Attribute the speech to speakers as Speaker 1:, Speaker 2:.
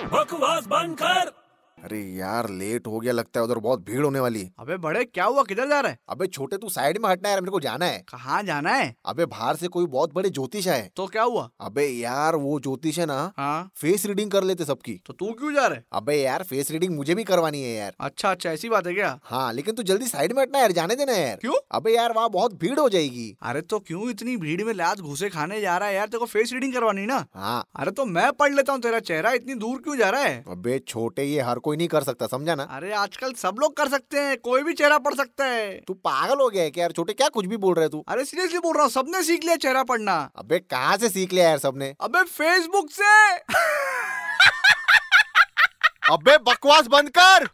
Speaker 1: बस बंद कर
Speaker 2: अरे यार लेट हो गया लगता है उधर बहुत भीड़ होने वाली है।
Speaker 3: अबे बड़े क्या हुआ किधर जा रहा है
Speaker 2: अबे छोटे तू साइड में हटना यार मेरे को जाना है
Speaker 3: कहाँ जाना है
Speaker 2: अबे बाहर से कोई बहुत बड़े ज्योतिष आए
Speaker 3: तो क्या हुआ
Speaker 2: अबे यार वो ज्योतिष है ना
Speaker 3: हाँ
Speaker 2: फेस रीडिंग कर लेते सबकी
Speaker 3: तो तू क्यों जा रहा है
Speaker 2: अबे यार फेस रीडिंग मुझे भी करवानी है यार
Speaker 3: अच्छा अच्छा ऐसी बात है क्या
Speaker 2: हाँ लेकिन तू जल्दी साइड में हटना यार जाने देना यार
Speaker 3: क्यों?
Speaker 2: अबे यार वहाँ बहुत भीड़ हो जाएगी
Speaker 3: अरे तो क्यों इतनी भीड़ में लात घुसे खाने जा रहा है यार तेरे को फेस रीडिंग करवानी ना
Speaker 2: हाँ
Speaker 3: अरे तो मैं पढ़ लेता हूँ तेरा चेहरा इतनी दूर क्यों जा रहा है
Speaker 2: अबे छोटे ये हर कोई नहीं कर सकता समझा ना
Speaker 3: अरे आजकल सब लोग कर सकते हैं कोई भी चेहरा पढ़ सकता है
Speaker 2: तू पागल हो गया है क्या यार छोटे क्या कुछ भी बोल रहे तू
Speaker 3: अरे सीरियसली बोल रहा हूँ सबने सीख लिया चेहरा पढ़ना
Speaker 2: अबे कहाँ से सीख लिया यार सबने
Speaker 3: अबे फेसबुक से
Speaker 2: अबे बकवास बंद कर